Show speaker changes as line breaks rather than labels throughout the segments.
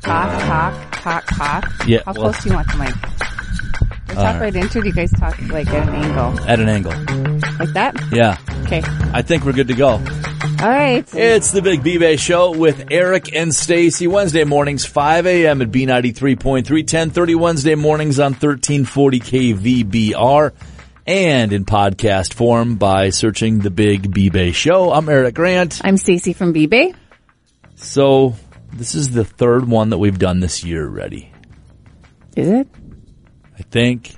Talk, talk, talk, talk.
Yeah,
How
well-
close do you want the mic? We talk
Uh,
right into it. Do you guys talk like at an angle,
at an angle.
like that?
Yeah.
Okay.
I think we're good to go.
All right.
It's the Big B-Bay Show with Eric and Stacy Wednesday mornings, 5 a.m. at B93.3, 1030 Wednesday mornings on 1340 KVBR and in podcast form by searching the Big B-Bay Show. I'm Eric Grant.
I'm Stacy from B-Bay.
So this is the third one that we've done this year already.
Is it?
I think.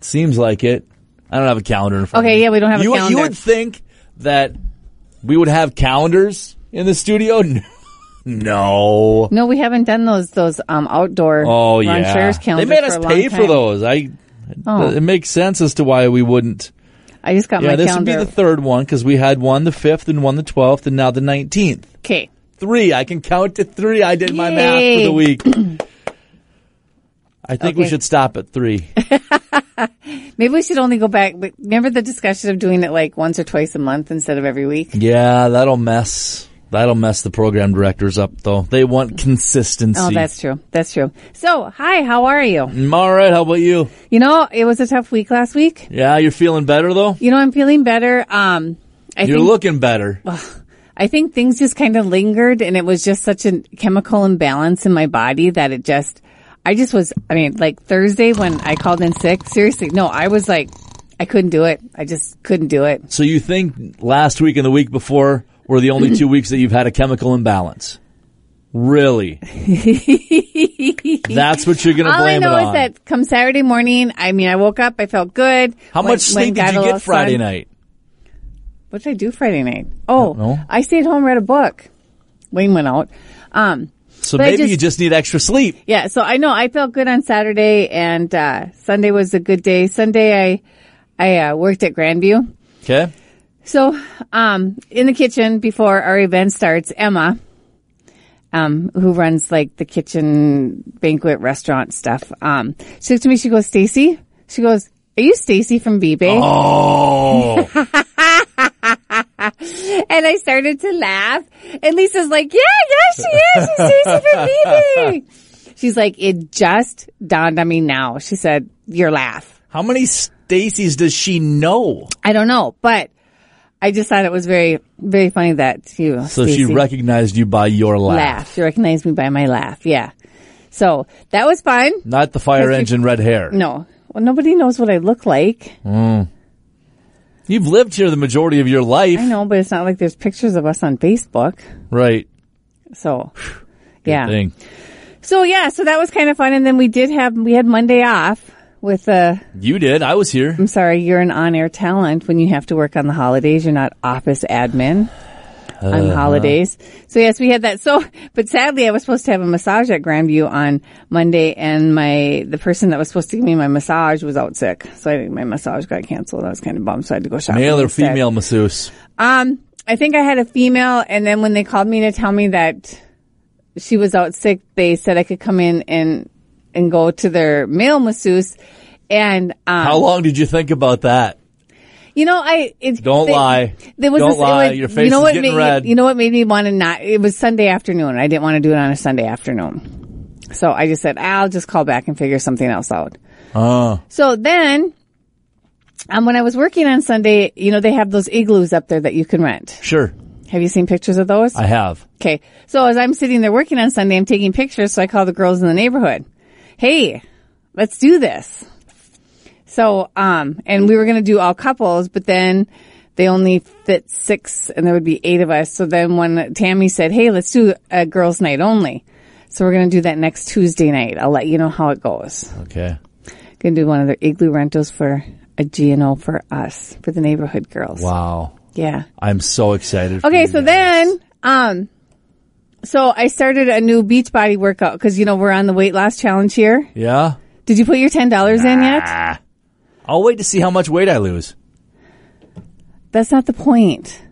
Seems like it. I don't have a calendar in front of
Okay,
me.
yeah, we don't have a
you,
calendar.
You would think that we would have calendars in the studio. no.
No, we haven't done those those um outdoor
Oh,
lawn
yeah.
chairs
they
calendars
made
for
us
a long
pay for
time.
those. I.
Oh.
It makes sense as to why we wouldn't.
I just got
Yeah,
my
this
calendar.
would be the third one because we had one the fifth and one the twelfth and now the nineteenth.
okay.
Three. I can count to three. I did my math for
Yay.
the week. I think we
Okay.
should stop at three.
Maybe we should only go back. but Remember the discussion of doing it like once or twice a month instead of every week?
Yeah, that'll mess. That'll mess the program directors up, though. They want consistency.
Oh, that's true. That's true. So, hi, how are you?
Mm, all right. How about you?
You know, it was a tough week last week.
Yeah, you're feeling better though.
You know, I'm feeling better. Um, I
You're
think
looking better.
I think things just kind of lingered, and it was just such a chemical imbalance in my body that it just, I just was. I mean, like Thursday when I called in sick. Seriously, no, I was like, I couldn't do it. I just couldn't do it.
So you think last week and the week before were the only two weeks that you've had a chemical imbalance? Really? That's what you're going to
All I
blame
know
it
is
on.
that come Saturday morning, I mean, I woke up, I felt good.
How
Went-
much sleep
went and got
did
a
you
little
get Friday
sun.
night?
What did I do Friday night? Oh,
know.
I, stayed home, read a book. Wayne went out. Um,
So
But I
maybe
just-
you just need extra sleep.
yeah, so I know I felt good on Saturday and uh, Sunday was a good day. Sunday, I I uh, worked at Grandview.
Okay.
So, um, in the kitchen before our event starts, Emma, um, who runs like the kitchen banquet restaurant stuff, um, she looked at me. She goes, "Stacy," she goes, "Are you Stacy from B-Bay?
Uh-huh. Oh.
And I started to laugh. And Lisa's like, yeah, yeah, she is. She's Stacy from B-Bay. She's like, it just dawned on me now. She said, your laugh.
How many Stacy's does she know?
I don't know, but I just thought it was very, very funny that you.
So she recognized you by your laugh.
laugh. She recognized me by my laugh. Yeah. So that was fun.
Not the fire engine red hair.
No. Well, nobody knows what I look like.
You've lived here the majority of your life.
I know, but it's not like there's pictures of us on Facebook.
Right.
So, yeah.
Thing.
So yeah, so that was kind of fun. And then we did have, we had Monday off with, uh,
You did. I was here.
I'm sorry, you're an on-air talent when you have to work on the holidays. You're not office admin.
Uh-huh.
On holidays. So yes, we had that. So, but sadly I was supposed to have a massage at Grandview on Monday and my, the person that was supposed to give me my massage was out sick. So I think my massage got canceled. I was kind of bummed. So I had to go shopping.
Male or
instead.
female masseuse?
Um, I think I had a female and then when they called me to tell me that she was out sick, they said I could come in and, and go to their male masseuse. And, um,
How long did you think about that?
you know, I it,
Don't
they-
lie.
There was
Don't
this, it
lie.
was-
Your face
you know
is
what
getting
made,
red.
You know what made me want to not? It was Sunday afternoon. I didn't want to do it on a Sunday afternoon, so I just said I'll just call back and figure something else out.
Oh,
So then, um, when I was working on Sunday, you know they have those igloos up there that you can rent.
sure.
Have you seen pictures of those?
I have.
Okay. So as I'm sitting there working on Sunday, I'm taking pictures. So I call the girls in the neighborhood. Hey, let's do this. So, um, and we were going to do all couples, but then they only fit six and there would be eight of us. So then when Tammy said, Hey, let's do a girls night only. So we're going to do that next Tuesday night. I'll let you know how it goes.
Okay.
Going to do one of their igloo rentals for a G&O for us, for the neighborhood girls.
Wow.
Yeah.
I'm so excited. for
Okay,
you
so
guys.
then, um, so I started a new beach body workout because you know we're on the weight loss challenge here.
Yeah. Ah.
Did you put your ten dollars in yet?
I'll wait to see how much weight I lose.
That's not the point.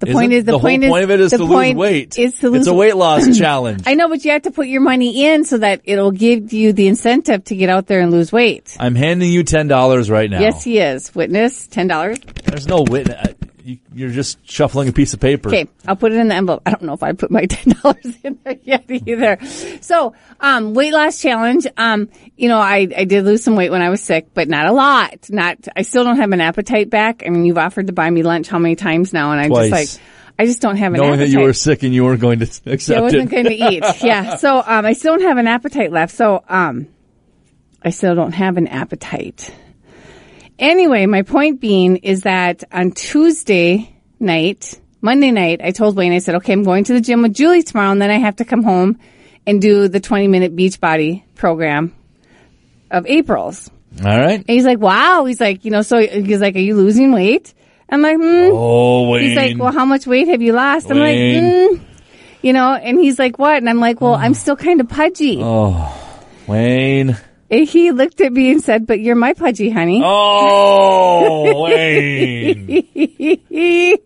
The
Isn't-
point is the,
whole
point,
point,
is
of it is
the
to lose
point
weight.
Is to lose.
it's a weight loss challenge.
I know, but you have to put your money in so that it'll give you the incentive to get out there and lose weight.
I'm handing you ten dollars right now.
Yes, he is. Witness ten dollars.
There's no witness. you, you're just shuffling a piece of paper.
Okay, I'll put it in the envelope. I don't know if I put my ten dollars in there yet either. So, um, weight loss challenge. Um, you know, I, I did lose some weight when I was sick, but not a lot. Not, I still don't have an appetite back. I mean, you've offered to buy me lunch how many times now, and I'm
Twice.
just like, I just don't have an
Knowing
appetite.
that you were sick and you weren't going to accept
I wasn't
it.
going to eat. Yeah. So, um, I still don't have an appetite left. So, um, I still don't have an appetite. Anyway, my point being is that on Tuesday night, Monday night, I told Wayne, I said, okay, I'm going to the gym with Julie tomorrow and then I have to come home and do the 20 minute beach body program of April's.
All right.
And he's like, wow. He's like, you know, so he's like, are you losing weight? I'm like, hmm.
Oh, Wayne.
He's like, well, how much weight have you lost? I'm like,
Wayne.
mm, you know, and he's like, what? And I'm like, well, I'm still kind of pudgy.
Oh. Wayne.
And he looked at me and said, but you're my pudgy, honey.
Oh, Wayne. Oh.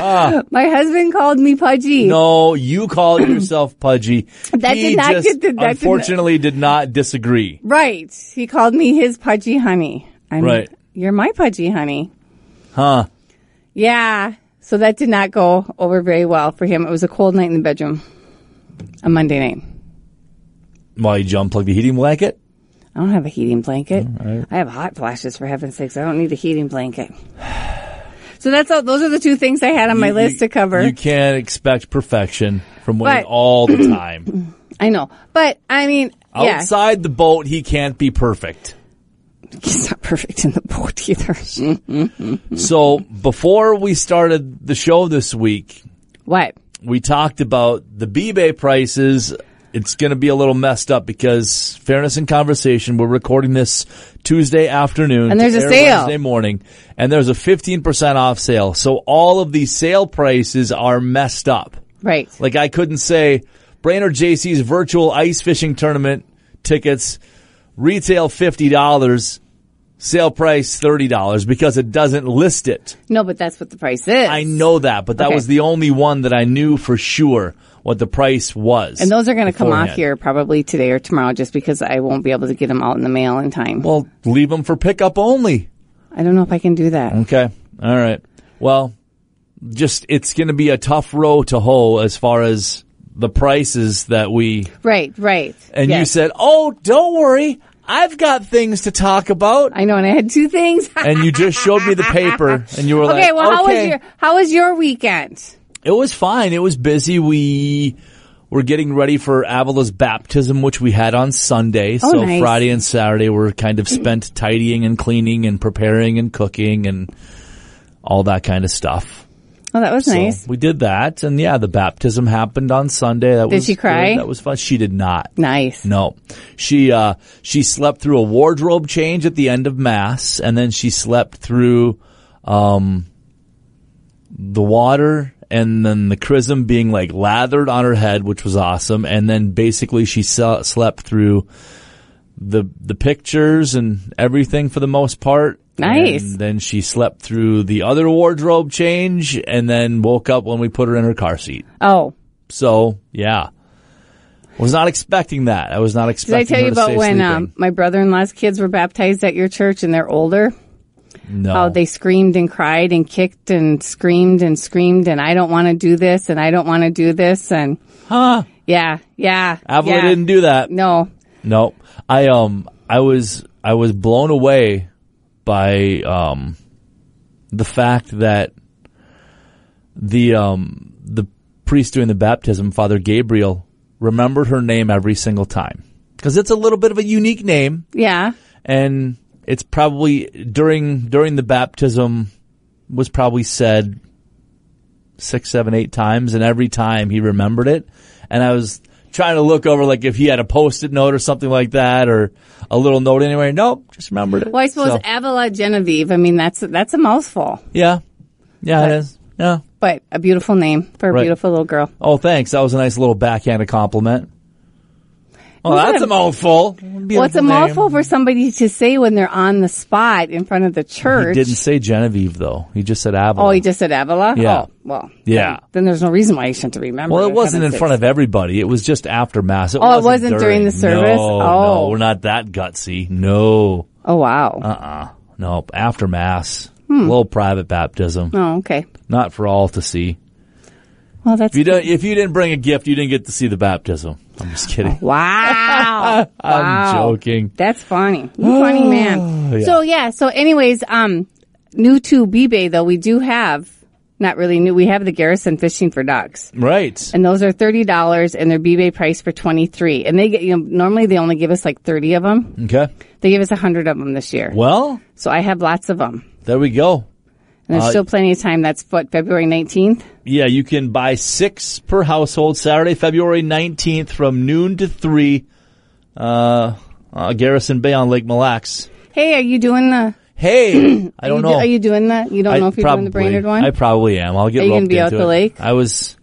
my husband called me pudgy.
Ah. No, you call yourself pudgy.
That
he
did not
just,
get the- that did not-
unfortunately, did not disagree.
Right. He called me his pudgy, honey. I'm,
Right.
You're my pudgy, honey.
Huh.
Yeah. So that did not go over very well for him. It was a cold night in the bedroom. A Monday night.
While you unplug the heating blanket?
I don't have a heating blanket. I have hot flashes for heaven's sakes. I don't need a heating blanket. So that's all. Those are the two things I had on my
You-
list
you-
to cover.
You can't expect perfection from Wayne
But-
all the time.
I know, but I mean, yeah,
Outside the boat, he can't be perfect.
he's not perfect in the boat either.
So before we started the show this week,
what?
we talked about the B-Bay prices. It's going to be a little messed up because fairness in conversation. We're recording this Tuesday afternoon,
And there's
to
a
air
sale.
Wednesday morning, and there's a fifteen percent off sale. So all of these sale prices are messed up.
Right.
Like I couldn't say Brainerd JC's virtual ice fishing tournament tickets retail fifty dollars, sale price thirty dollars because it doesn't list it.
No, but that's what the price is.
I know that, but that
Okay.
was the only one that I knew for sure what the price was.
And those are going to come off
beforehand.
here probably today or tomorrow, just because I won't be able to get them out in the mail in time.
Well, leave them for pickup only.
I don't know if I can do that.
Okay. All right. Well, just it's going to be a tough row to hoe as far as the prices that we
Right. Right.
and you
Yes.
said, "Oh, don't worry. I've got things to talk about."
I know, and I had two things.
and you just showed me the paper and you were like,
okay. Well, how was
"Okay."
your how was your weekend?
It was fine. It was busy. We were getting ready for Avila's baptism, which we had on Sunday.
Oh,
so
nice.
Friday and Saturday were kind of spent tidying and cleaning and preparing and cooking and all that kind of stuff.
Oh, that was nice.
So we did that, and yeah, the baptism happened on Sunday. That
Did
was
she cry?
good. That was fun. She did not.
Nice.
No, she uh, she slept through a wardrobe change at the end of mass, and then she slept through um, the water, and then the chrism being like lathered on her head, which was awesome. And then basically she se- slept through the the pictures and everything for the most part.
Nice.
And then she slept through the other wardrobe change, and then woke up when we put her in her car seat.
Oh,
So yeah, was not expecting that. I was not
did I
expecting.
tell you
her to
about
stay
when
sleeping.
um, my brother-in-law's kids were baptized at your church and they're older?
no,
How they screamed and cried and kicked and screamed and screamed and I don't want to do this and I don't want to do this and
huh?
yeah, yeah,
Avila
yeah.
didn't do that.
No,
No, I um, I was I was blown away by um, the fact that the um the priest doing the baptism, Father Gabriel, remembered her name every single time because it's a little bit of a unique name.
yeah,
and it's probably during during the baptism was probably said six, seven, eight times, and every time he remembered it. And I was trying to look over like if he had a post-it note or something like that, or a little note anywhere. Nope, just remembered it.
well, I suppose
So,
Avila Genevieve. I mean, that's that's a mouthful,
yeah, yeah,
But-
it is. Yeah.
but a beautiful name for a
Right.
beautiful little girl.
Oh, thanks. That was a nice little backhanded compliment. Well,
Isn't
that's
it-
a mouthful.
What's a
Beautiful name.
mouthful for somebody to say when they're on the spot in front of the
He
church?
didn't say Genevieve though. He just said Avalon.
Oh, he just said Avila.
Yeah.
Oh, well.
Yeah.
Then, then there's no reason why you shouldn't remember.
Well, it wasn't in front of everybody. It was just after mass. It
Oh, it
wasn't
wasn't during the service?
No,
Oh.
no, Uh-uh. we're not that gutsy. No,
Oh wow.
uh, uh no, after mass.
Hmm.
little private baptism,
Oh, okay.
not for all to see.
Well, that's
If you don't, if you didn't bring a gift, you didn't get to see the baptism. I'm just kidding.
wow.
I'm
Oh, Wow.
joking.
That's funny. You funny man.
Oh, yeah.
So yeah. So anyways, um, new to B-Bay though, we do have not really new. We have the Garrison fishing for ducks,
Right.
and those are thirty dollars, and their B-Bay price for twenty three. And they get you know normally they only give us like thirty of them.
Okay.
They give us hundred of them this year.
Well,
So I have lots of them,
there we go.
and there's
Uh,
still plenty of time. That's what February nineteenth.
Yeah, you can buy six per household Saturday, February 19th from noon to three, uh, uh, Garrison Bay on Lake Mille Lacs.
Hey, are you doing the?
Hey, I
you
don't
do-
know.
are you doing the? You don't know if you're doing the Brainerd one.
I probably am. I'll get
Are you gonna
roped
be out
into
the
it.
lake?
I was,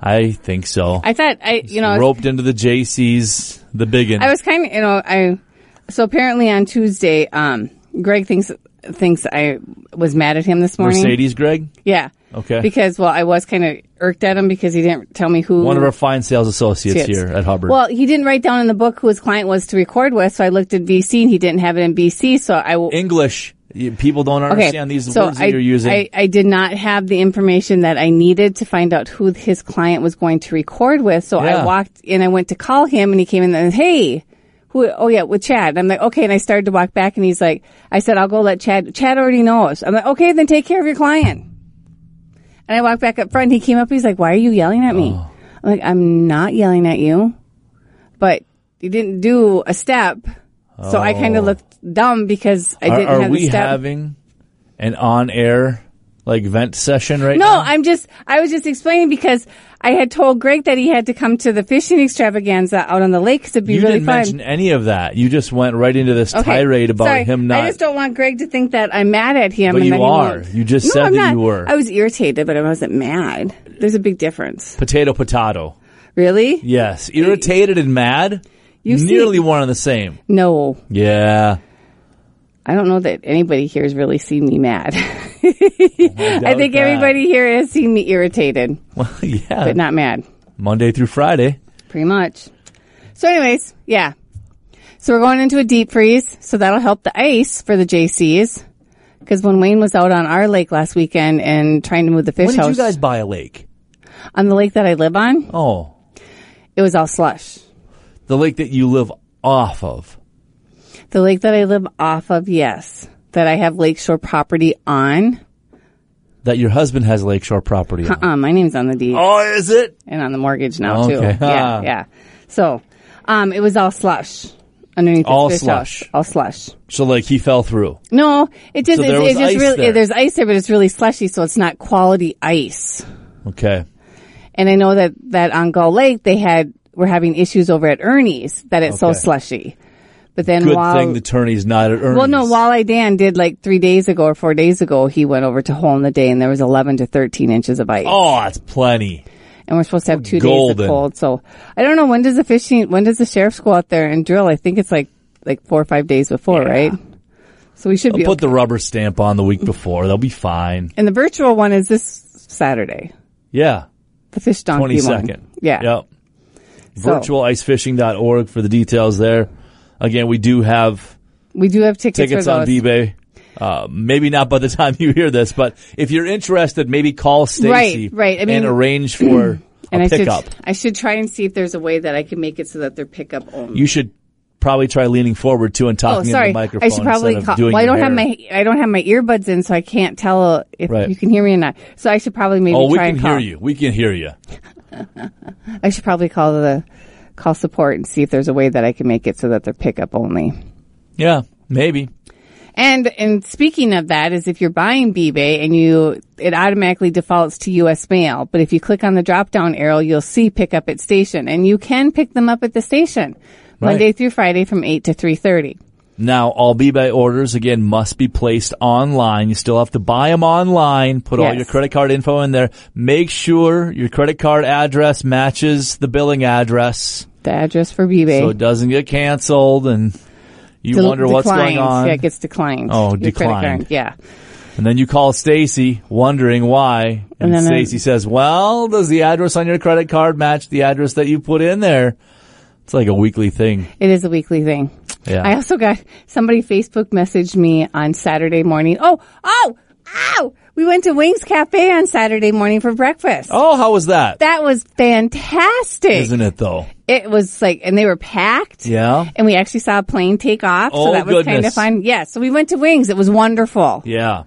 I think so.
I thought I, you know,
roped into the JC's, the biggin.
I was kind of, you know, I. So apparently on Tuesday, um, Greg thinks thinks I was mad at him this morning.
Mercedes, Greg.
Yeah.
Okay.
Because well, I was kind of irked at him because he didn't tell me who.
One of our fine sales associates
Associates.
here at Hubbard.
well, he didn't write down in the book who his client was to record with, so I looked at BC and he didn't have it in BC, so I. w-
English. You- People don't
Okay.
understand these
so
words
I,
that you're using.
I, I did not have the information that I needed to find out who his client was going to record with. So
Yeah.
I walked and I went to call him and he came in and hey, who, oh yeah, with Chad. I'm like, okay. And I started to walk back and he's like, I said, I'll go let Chad, Chad already knows. I'm like, okay, then take care of your client. And I walked back up front. He came up. He's like, why are you yelling at
Oh.
me? I'm like, I'm not yelling at you, but you didn't do a step. So I kind of looked dumb because I
Oh. are
didn't
are
have
we
the step.
having an on-air like vent session right
No,
now?
I'm just, I was just explaining because I had told Greg that he had to come to the fishing extravaganza out on the lake 'cause it'd be
you
really
didn't
fun.
mention any of that. You just went right into this
Okay,
tirade about
sorry.
him not.
I just don't want Greg to think that I'm mad at him.
But
and
you
that he
are.
won't-
You just
No,
said
I'm
that
not.
you were.
I was irritated, but I wasn't mad. There's a big difference.
potato, potato.
Really?
Yes, irritated and mad.
You've
nearly one and the same.
No,
Yeah.
I don't know that anybody here has really seen me mad. I
doubt
think
that.
everybody here has seen me irritated,
Well, yeah.
but not mad.
Monday through Friday.
Pretty much. So, anyways, yeah. So we're going into a deep freeze, so that'll help the ice for the JCs. Because when Wayne was out on our lake last weekend and trying to move the fish
When did you
house
guys buy a lake?
on the lake that I live on,
Oh,
it was all slush.
the lake that you live off of.
The lake that I live off of, yes, that I have lakeshore property on.
That your husband has lakeshore property on.
Uh, my name's on the deed
Oh, is it?
and on the mortgage now
Okay.
too.
Ah.
Yeah, yeah. So, um, it was all slush underneath the
All
fish
slush.
house. All slush.
So like he fell through.
No, it just
So there
it,
was
it just
ice
really
there.
there's ice there, but it's really slushy, so it's not quality ice.
Okay.
And I know that that on Gull Lake they had were having issues over at Ernie's that it's so
Okay.
slushy. But then
Good
while
thing the tourney's not at Ernie's.
well, no, Walleye Dan did like three days ago or four days ago. He went over to Hole in the Day, and there was eleven to thirteen inches of ice,
Oh, that's plenty.
and we're supposed to have two days
golden.
of cold. So I don't know when does the fishing when does the sheriff's go out there and drill? I think it's like like four or five days before, right? So we should be
Put the rubber stamp on the week before. They'll be fine.
And the virtual one is this Saturday.
Yeah.
The fish donkey
Twenty
one.
second.
Yeah.
Yep.
So-
Virtualicefishing.org for the details there. Again, we do have
We do have tickets,
tickets
for
on
those.
eBay. Uh, maybe not by the time you hear this, but if you're interested, maybe call Stacy
Right, right. I mean-
and arrange for
and
a
I
pickup.
should I should try and see if there's a way that I can make it so that they're pickup only.
You should probably try leaning forward too and
oh,
talking into
sorry.
the microphone.
I should probably
instead of
call.
doing
Well, I
your
don't have
hair.
my I don't have my earbuds in, so I can't tell if
Right.
you can hear me or not. So I should probably maybe
Oh, we
try
can
and call.
hear you. We can hear you.
I should probably call the call support and see if there's a way that I can make it so that they're pickup only.
Yeah, maybe.
And and speaking of that, is if you're buying BBay and you it automatically defaults to U.S. mail, but if you click on the drop down arrow, you'll see pick up at station, and you can pick them up at the station Monday
Right.
through Friday from eight to three thirty.
Now, all eBay orders again must be placed online. You still have to buy them online. Put all
Yes.
your credit card info in there. Make sure your credit card address matches the billing address,
The address for
so it
BBay
doesn't get canceled and you
Del-
wonder what's going
declined.
on.
Yeah, it gets declined.
Oh,
Your credit card.
declined.
Yeah.
and then you call Stacy, wondering why,
And
and,
then uh, I-
Stacy says, "Well, does the address on your credit card match the address that you put in there?" It's like a weekly thing.
It is a weekly thing.
Yeah.
I also got somebody Facebook messaged me on Saturday morning. Oh, oh, Ow! We went to Wings Cafe on Saturday morning for breakfast.
Oh, how was that?
That was fantastic.
Isn't it though?
it was like, and they were packed.
Yeah.
And we actually saw a plane take off.
Oh,
so that was kind of
goodness.
fun. Yeah. So we went to Wings. It was wonderful.
Yeah.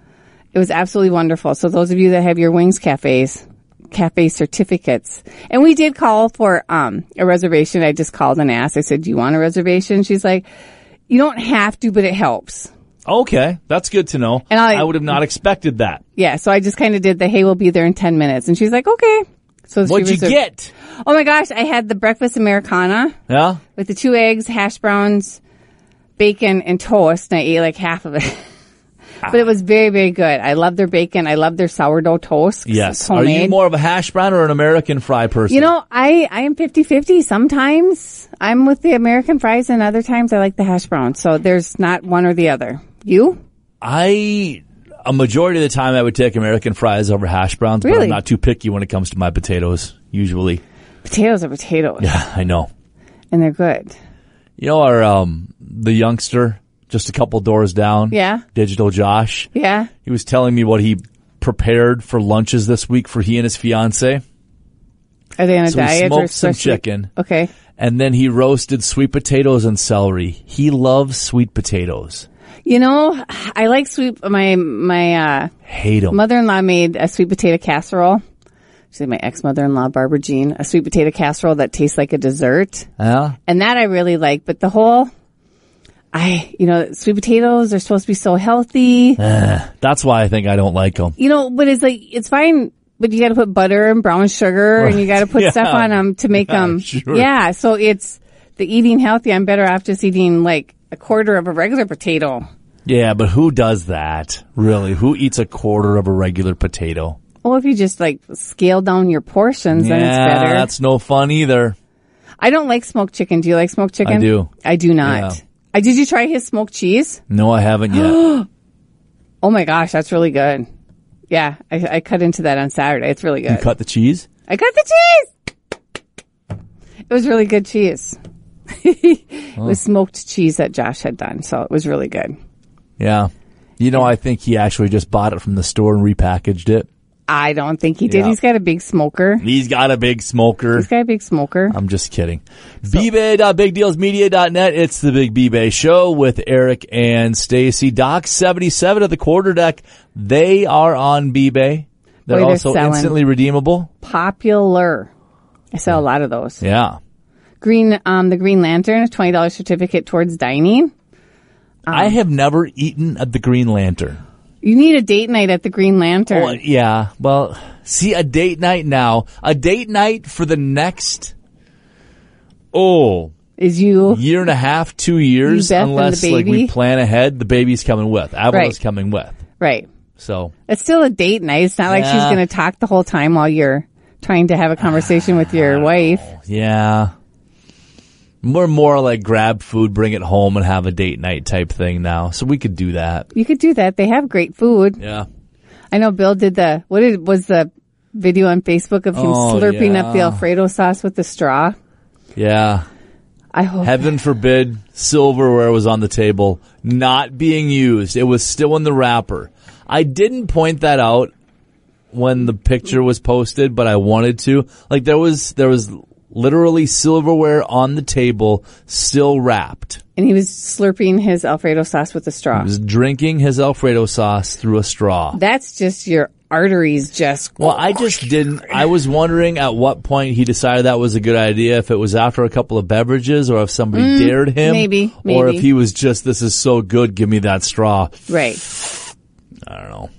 It was absolutely wonderful. So those of you that have your Wings cafes, cafe certificates, and we did call for, um, a reservation. I just called and asked. I said, do you want a reservation? She's like, you don't have to, but it helps.
Okay, that's good to know.
And I-
would have not expected that.
Yeah. So I just kind of did the, Hey, we'll be there in 10 minutes. And she's like, okay. So she
What'd you
reserved-
get?
Oh my gosh. I had the breakfast Americana.
Yeah.
with the two eggs, hash browns, bacon, and toast, and I ate like half of it. but it was very, very good. I love their bacon. I love their sourdough toast. 'cause
Yes.
It's
Are
homemade.
you more of a hash brown or an American fry person?
You know, I, I am 50-50. Sometimes I'm with the American fries and other times I like the hash browns. So there's not one or the other. You?
I a majority of the time I would take American fries over hash browns, but
Really?
I'm not too picky when it comes to my potatoes. Usually,
Potatoes are potatoes
I know.
and they're good.
You know our um the youngster just a couple doors down.
Yeah.
Digital Josh.
Yeah.
He was telling me what he prepared for lunches this week for he and his fiance,
Are they on a
So we
diet? or
smoked some
especially-
chicken.
Okay.
and then he roasted sweet potatoes and celery. He loves sweet potatoes.
You know, I like sweet, my, my, uh,
Hate them.
mother-in-law made a sweet potato casserole. She said my ex-mother-in-law, Barbara Jean, a sweet potato casserole that tastes like a dessert.
yeah.
And that I really like, but the whole, I, you know, sweet potatoes are supposed to be so healthy.
That's why I think I don't like them.
You know, but it's like, it's fine, but you gotta put butter and brown sugar and you gotta put
Yeah.
stuff on them to make
Yeah,
them.
sure.
Yeah. So it's the eating healthy. I'm better off just eating like a quarter of a regular potato.
Yeah, but who does that? Really? Who eats a quarter of a regular potato?
Well, if you just like scale down your portions, then it's
yeah,
better.
that's no fun either.
I don't like smoked chicken. Do you like smoked chicken?
I do.
I do not.
Yeah.
I did you try his smoked cheese?
No, I haven't yet.
Oh my gosh, that's really good. Yeah, I, I cut into that on Saturday. It's really
you
good.
cut the cheese?
I cut the cheese. It was really good cheese. it
Oh.
was smoked cheese that Josh had done, so it was really good.
Yeah. You know, I think he actually just bought it from the store and repackaged it.
I don't think he did.
Yeah.
He's got a big smoker.
He's got a big smoker.
He's got a big smoker.
I'm just kidding. bbay.bigdealsmedia.net. It's the Big B-Bay Show with Eric and Stacy. Doc 77 at the quarter deck. They are on B-Bay. They're
Boy, they're
also
selling.
instantly redeemable.
Popular. I sell a lot of those.
Yeah.
Green, um, the Green Lantern, twenty dollars certificate towards dining. Um,
I have never eaten at the Green Lantern.
You need a date night at the Green Lantern.
Well, yeah. Well, see, a date night now, a date night for the next, oh,
is you
year and a half, two years,
Beth and the
unless like we
baby?
plan ahead. The baby's coming with. Avila's
Right.
coming with.
right.
So
It's still a date night. It's not like she's
Yeah.
going to talk the whole time while you're trying to have a conversation with your wife.
yeah, we're more like grab food, bring it home, and have a date night type thing now. So we could do that.
You could do that. They have great food.
Yeah.
I know Bill did the what did, was the video on Facebook of him
Oh,
slurping
yeah.
up the Alfredo sauce with the straw.
Yeah.
I hope
Heaven forbid silverware was on the table, not being used. It was still in the wrapper. I didn't point that out when the picture was posted, but I wanted to. Like there was there was literally silverware on the table still wrapped.
and he was slurping his Alfredo sauce with the straw.
He was drinking his alfredo sauce through a straw.
That's just your arteries just
Well, I just didn't. I was wondering at what point he decided that was a good idea. If it was after a couple of beverages, or if somebody dared him,
Mm, maybe,
or
maybe.
if he was just, "This is so good, give me that straw."
right.
I don't know.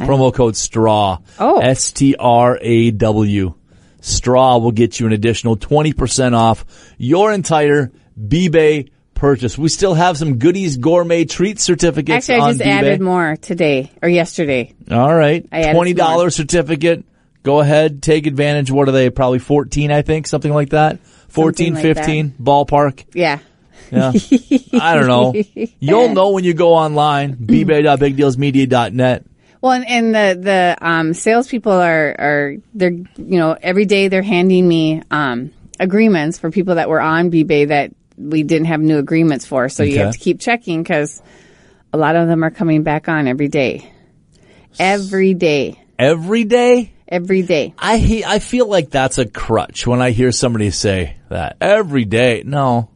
Promo code STRAW.
Oh.
S T R A W. STRAW will get you an additional 20% off your entire B-Bay purchase. We still have some goodies gourmet treat certificates
Actually, I
on
just
B-Bay.
added more today or yesterday.
All right.
I added
$20
some more.
certificate. Go ahead, take advantage. What are they? Probably 14, I think, something like that. 14,
Something like
15, ballpark.
Yeah.
Yeah. I don't know. You'll know when you go online, bbay.bigdealsmedia.net.
Well, and, and the the um, salespeople are are they're you know every day they're handing me um, agreements for people that were on BBay that we didn't have new agreements for, so you
Okay.
have to keep checking because a lot of them are coming back on every day. every day.
Every day?
Every day.
I he, I feel like that's a crutch when I hear somebody say that every day. No,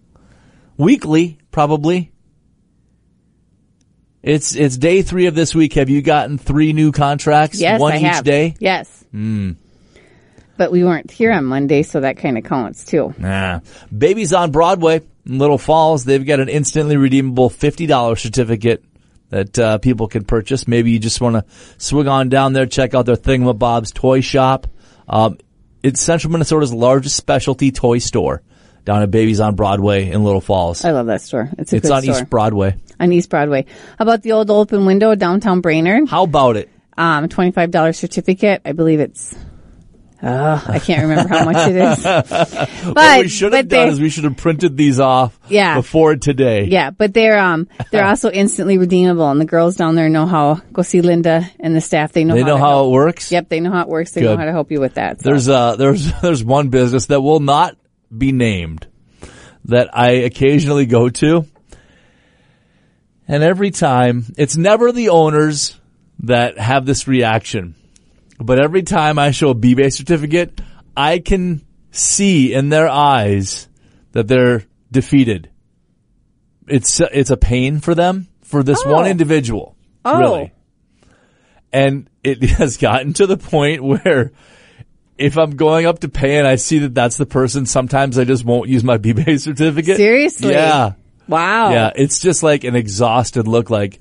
weekly probably. It's it's day three of this week. Have you gotten three new contracts?
Yes,
one
I
each
have.
day. Hmm.
Yes. But we weren't here on Monday, so that kind of counts too.
Nah. Babies on Broadway in Little Falls, they've got an instantly redeemable $50 certificate that uh, people can purchase. Maybe you just want to swing on down there, check out their Thingamabob's toy shop. Um, it's Central Minnesota's largest specialty toy store down at Babies on Broadway in Little Falls.
I love that store. It's a
it's
good
on
store.
East Broadway.
on East Broadway. How about the old open window downtown Brainerd?
How about it?
Um, twenty-five dollar certificate. I believe it's. Uh, I can't remember how much it is. But
Ah. what we should
Uh,
have
but
done
they-
is we should have printed these off
Yeah.
before today.
Yeah, but they're um they're also instantly redeemable, and the girls down there know how. Go see Linda and the staff; they know
They
how
know
to
how
help.
it works.
Yep, they know how it works. They know
Good.
how to help you with that. so.
There's uh there's there's one business that will not be named that I occasionally go to. And every time it's never the owners that have this reaction. But every time I show a B-Bay certificate, I can see in their eyes that they're defeated. It's it's a pain for them for this
Oh.
one individual.
Oh.
Really. And it has gotten to the point where if I'm going up to pay and I see that that's the person, sometimes I just won't use my B-Bay certificate.
seriously.
Yeah.
Wow.
Yeah, it's just like an exhausted look. Like,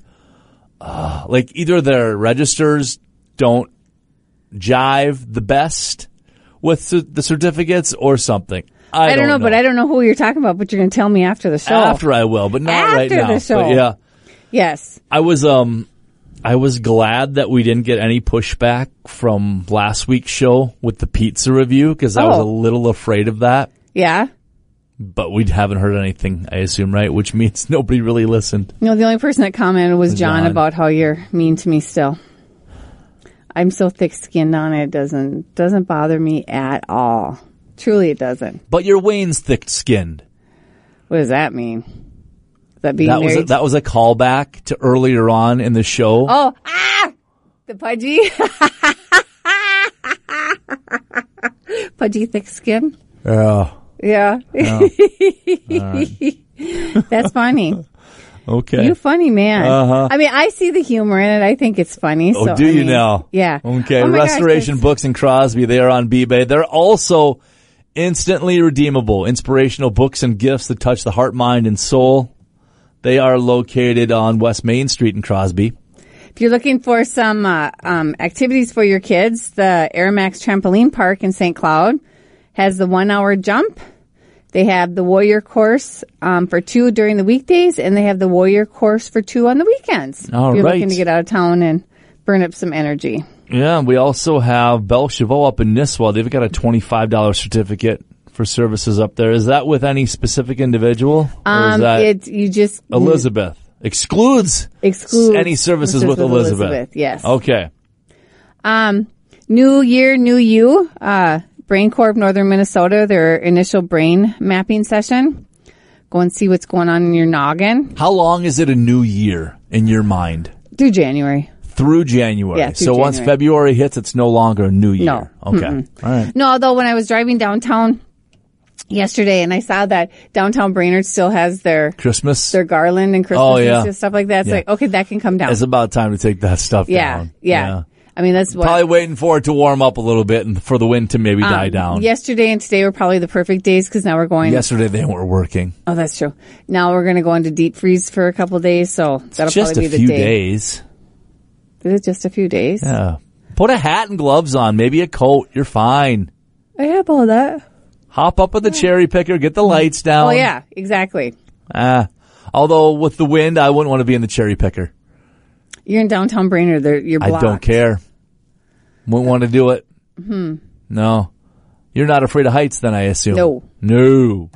uh, like either their registers don't jive the best with the, the certificates or something. I,
I don't know, but I don't know who you're talking about. But you're going to tell me after the show.
after I will, but not right
After
now.
the show.
But yeah,
Yes.
I was um, I was glad that we didn't get any pushback from last week's show with the pizza review because I was
Oh.
a little afraid of that.
Yeah.
But we haven't heard anything, I assume, right? Which means nobody really listened.
No, the only person that commented was John,
John.
about how you're mean to me still. I'm so thick-skinned on it. it Doesn't doesn't bother me at all. Truly, it doesn't.
But your Wayne's thick-skinned.
What does that mean? Is that being
That was
married?
a, that was a callback to earlier on in the show.
Oh, ah! The pudgy. pudgy thick skin. Yeah.
Oh.
That's funny.
okay.
You funny man. I mean, I see the humor in it. I think it's funny.
Uh-huh. oh,
so,
do
I
you
mean,
now?
Yeah.
Okay.
Oh my gosh,
Restoration
that's-
Books and Crosby. They are on eBay. They're also instantly redeemable, inspirational books and gifts that touch the heart, mind, and soul. They are located on West Main Street in Crosby.
if you're looking for some uh, um, activities for your kids, the Airmax Trampoline Park in St. Cloud has the one-hour jump. They have the warrior course um, for two during the weekdays, and they have the warrior course for two on the weekends.
All
if you're
right.
looking to get out of town and burn up some energy.
Yeah, we also have Belle Chevaux up in Nisswa. They've got a twenty-five dollar certificate for services up there. Is that with any specific individual? Or is
Um,
that
it you just
Elizabeth excludes
excludes
any services with Elizabeth.
Yes.
Okay.
Um, new year, new you. Uh, Brain Corp Northern Minnesota, their initial brain mapping session. Go and see what's going on in your noggin
How long is it a new year in your mind?
through January.
Through January.
Yeah, through
so once
January.
February hits, it's no longer a new year.
No.
Okay. All right.
No, although when I was driving downtown yesterday and I saw that downtown Brainerd still has their
Christmas.
their garland and Christmas
Oh, yeah.
and stuff like that. It's
Yeah.
like okay, that can come down.
It's about time to take that stuff
Yeah,
down.
yeah, I mean, that's what
Probably waiting for it to warm up a little bit and for the wind to maybe
Um,
die down.
yesterday and today were probably the perfect days because now we're going.
Yesterday they weren't working.
Oh, that's true. Now we're going to go into deep freeze for a couple days, so that'll
Just
probably
a
be
few
the day.
days.
Is it just a few days?
Yeah. Put a hat and gloves on, maybe a coat. You're fine.
I have all that.
Hop up with the cherry picker, get the lights down.
Oh yeah, exactly.
Ah. Although with the wind, I wouldn't want to be in the cherry picker.
You're in downtown Brainerd. They're, you're
I
blocked.
don't care. Wouldn't want to do it.
Mm-hmm.
No. You're not afraid of heights then, I assume.
No.
No.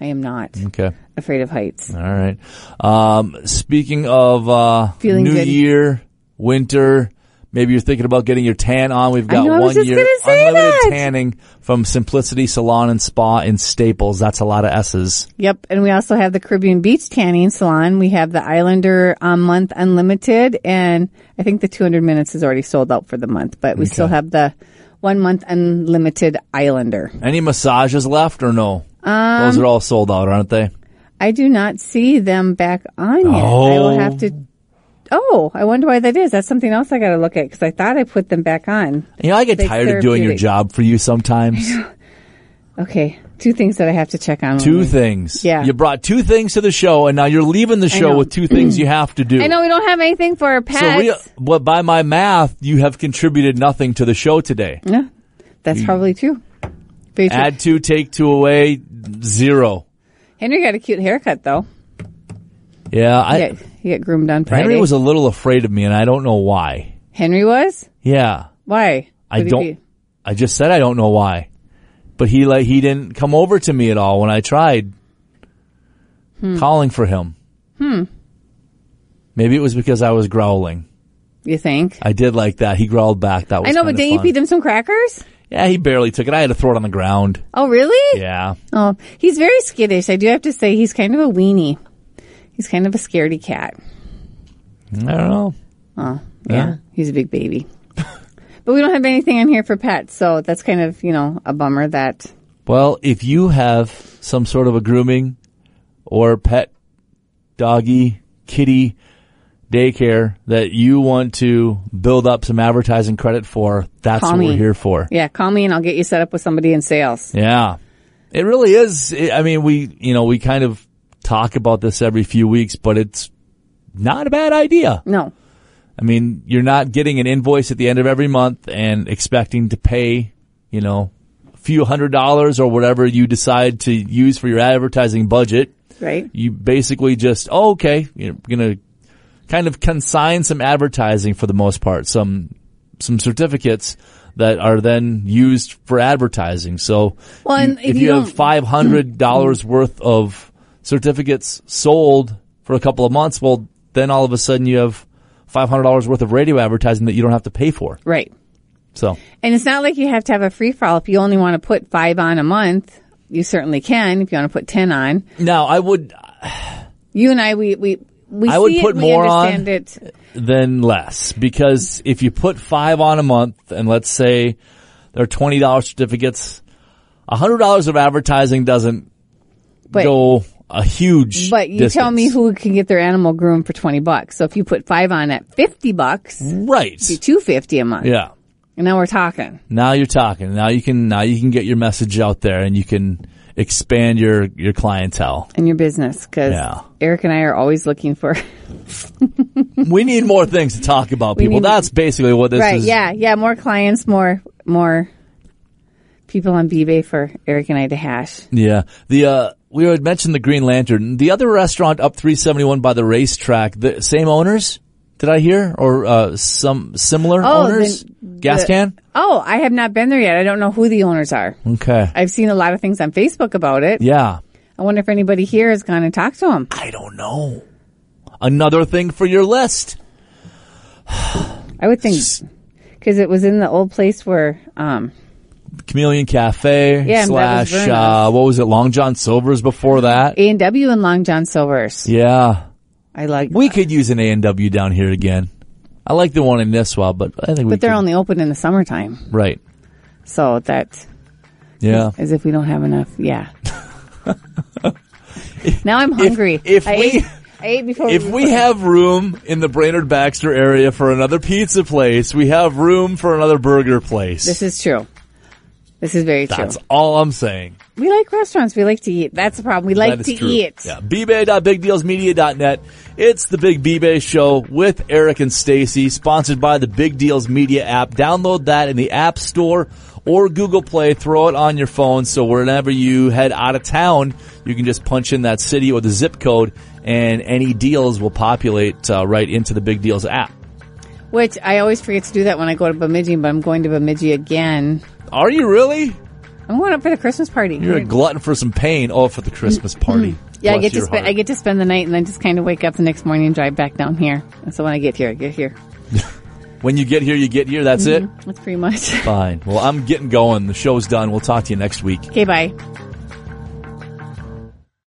I am not
Okay.
afraid of heights.
All right. Um, speaking of, uh,
Feeling
new
good.
year, winter, Maybe you're thinking about getting your tan on. We've got
know, I was
one
just
year
gonna say
unlimited
that.
tanning from Simplicity Salon and Spa in Staples. That's a lot of S's.
Yep. And we also have the Caribbean Beach Tanning Salon. We have the Islander um, Month Unlimited. And I think the 200 minutes is already sold out for the month, but we still have the one month unlimited Islander.
Any massages left or no?
Um,
Those are all sold out, aren't they?
I do not see them back on yet. I
Oh.
will have to. Oh, I wonder why that is. That's something else I got to look at because I thought I put them back on.
You know, I get
Like
tired of doing your
therapeutic.
job for you sometimes.
Okay. Two things that I have to check on.
two things.
Yeah.
You brought two things to the show, and now you're leaving the show
know.
with two things you have to do.
I know we don't have anything for our pets.
So, we, uh, but by my math, you have contributed nothing to the show today.
yeah, that's probably true. Very true.
Mm. Add two, take two away, zero.
Henry got a cute haircut though.
Yeah, I,
Yeah, he got groomed on Friday.
Henry was a little afraid of me, and I don't know why.
Henry was?
Yeah,
Why?
I
Would he
don't.
be-
I just said I don't know why, but he like he didn't come over to me at all when I tried calling for him.
Hmm.
Hmm. Maybe it was because I was growling.
You think?
I did like that. He growled back. That was.
I know, but
kinda
didn't you
fun.
feed him some crackers?
Yeah, he barely took it. I had to throw it on the ground.
Oh, really?
Yeah.
Oh, he's very skittish. I do have to say, he's kind of a weenie. He's kind of a scaredy cat.
I don't know.
Oh, yeah.
Yeah.
He's a big baby. but we don't have anything on here for pets, so that's kind of, you know, a bummer that.
Well, if you have some sort of a grooming or pet doggy kitty daycare that you want to build up some advertising credit for, that's
Call
what
me.
we're here for.
Yeah, call me and I'll get you set up with somebody in sales.
Yeah. It really is. I I mean, we, you know, we kind of talk about this every few weeks, but it's not a bad idea.
No.
I mean, you're not getting an invoice at the end of every month and expecting to pay, you know, a few hundred dollars or whatever you decide to use for your advertising budget.
Right?
You basically just, oh, okay, you're going to kind of consign some advertising for the most part, some, some certificates that are then used for advertising. So
Well, and
if you, have five hundred dollars worth of certificates sold for a couple of months, well, then all of a sudden you have five hundred dollars worth of radio advertising that you don't have to pay for.
Right.
So
And it's not like you have to have a free for all. If you only want to put five on a month, you certainly can. If you want to put 10 on,
now I would
you and I, we, we, we
I would
see
put
it,
more
we
on.
understand it.
then less because if you put five on a month and let's say they're twenty dollars certificates, hundred dollars of advertising doesn't
But,
go a huge.
but you tell me who can get their animal groomed for 20 bucks. So if you put five on at 50 bucks,
who right?
250 a month.
Mm. Yeah.
And now we're talking.
Now you're talking. Now you can now you can get your message out there and you can expand your your clientele.
in your business because
Yeah.
Eric and I are always looking for.
we need more things to talk about, people.
need-
That's basically what this
right?
is.
Yeah, yeah. More clients, more more people on b for Eric and I to hash.
Yeah. The uh we had mentioned the Green Lantern. The other restaurant up 371 by the racetrack, the same owners? Did I hear or uh some similar
Oh,
owners?
the-
Gas
the-
can?
Oh, I have not been there yet. I don't know who the owners are.
Okay.
I've seen a lot of things on Facebook about it.
yeah.
I wonder if anybody here has gone and talked to them.
I don't know. Another thing for your list.
I would think because it was in the old place where um,
Chameleon Cafe
Yeah, and
slash
Bevis
uh
Verna's.
what was it? Long John Silver's before that.
A and W and Long John Silver's.
Yeah.
I like,
We could use an A and W down here again. I like the one in Nisswa, but I think we
but they're
could-
only open in the summertime,
right.
so that
Yeah.
As if we don't have enough. Yeah. now I'm hungry.
if
I
we-
ate, I ate before
If we have room in the Brainerd Baxter area for another pizza place, we have room for another burger place.
this is true. This is very
That's
true.
all I'm saying.
We like restaurants. We like to eat. That's the problem. We like
that is
to
true.
eat.
Yeah. bbay.bigdealsmedia.net. It's the Big B-Bay Show with Eric and Stacy, sponsored by the Big Deals Media app. Download that in the App Store or Google Play. Throw it on your phone so whenever you head out of town, you can just punch in that city or the zip code and any deals will populate uh, right into the Big Deals app.
Which I always forget to do that when I go to Bemidji, but I'm going to Bemidji again.
Are you really?
I'm going up for the Christmas party.
You're a glutton for some pain. Oh, for the Christmas party.
Mm-hmm. yeah, I
Bless
get to
your
spend I
heart.
get to spend the night and then just kind of wake up the next morning and drive back down here. And so when I get Mm-hmm. here, I get here.
When you get here, you get here. That's it.
That's pretty much.
Fine. Well, I'm getting going. The show's done. We'll talk to you next week.
Okay, bye.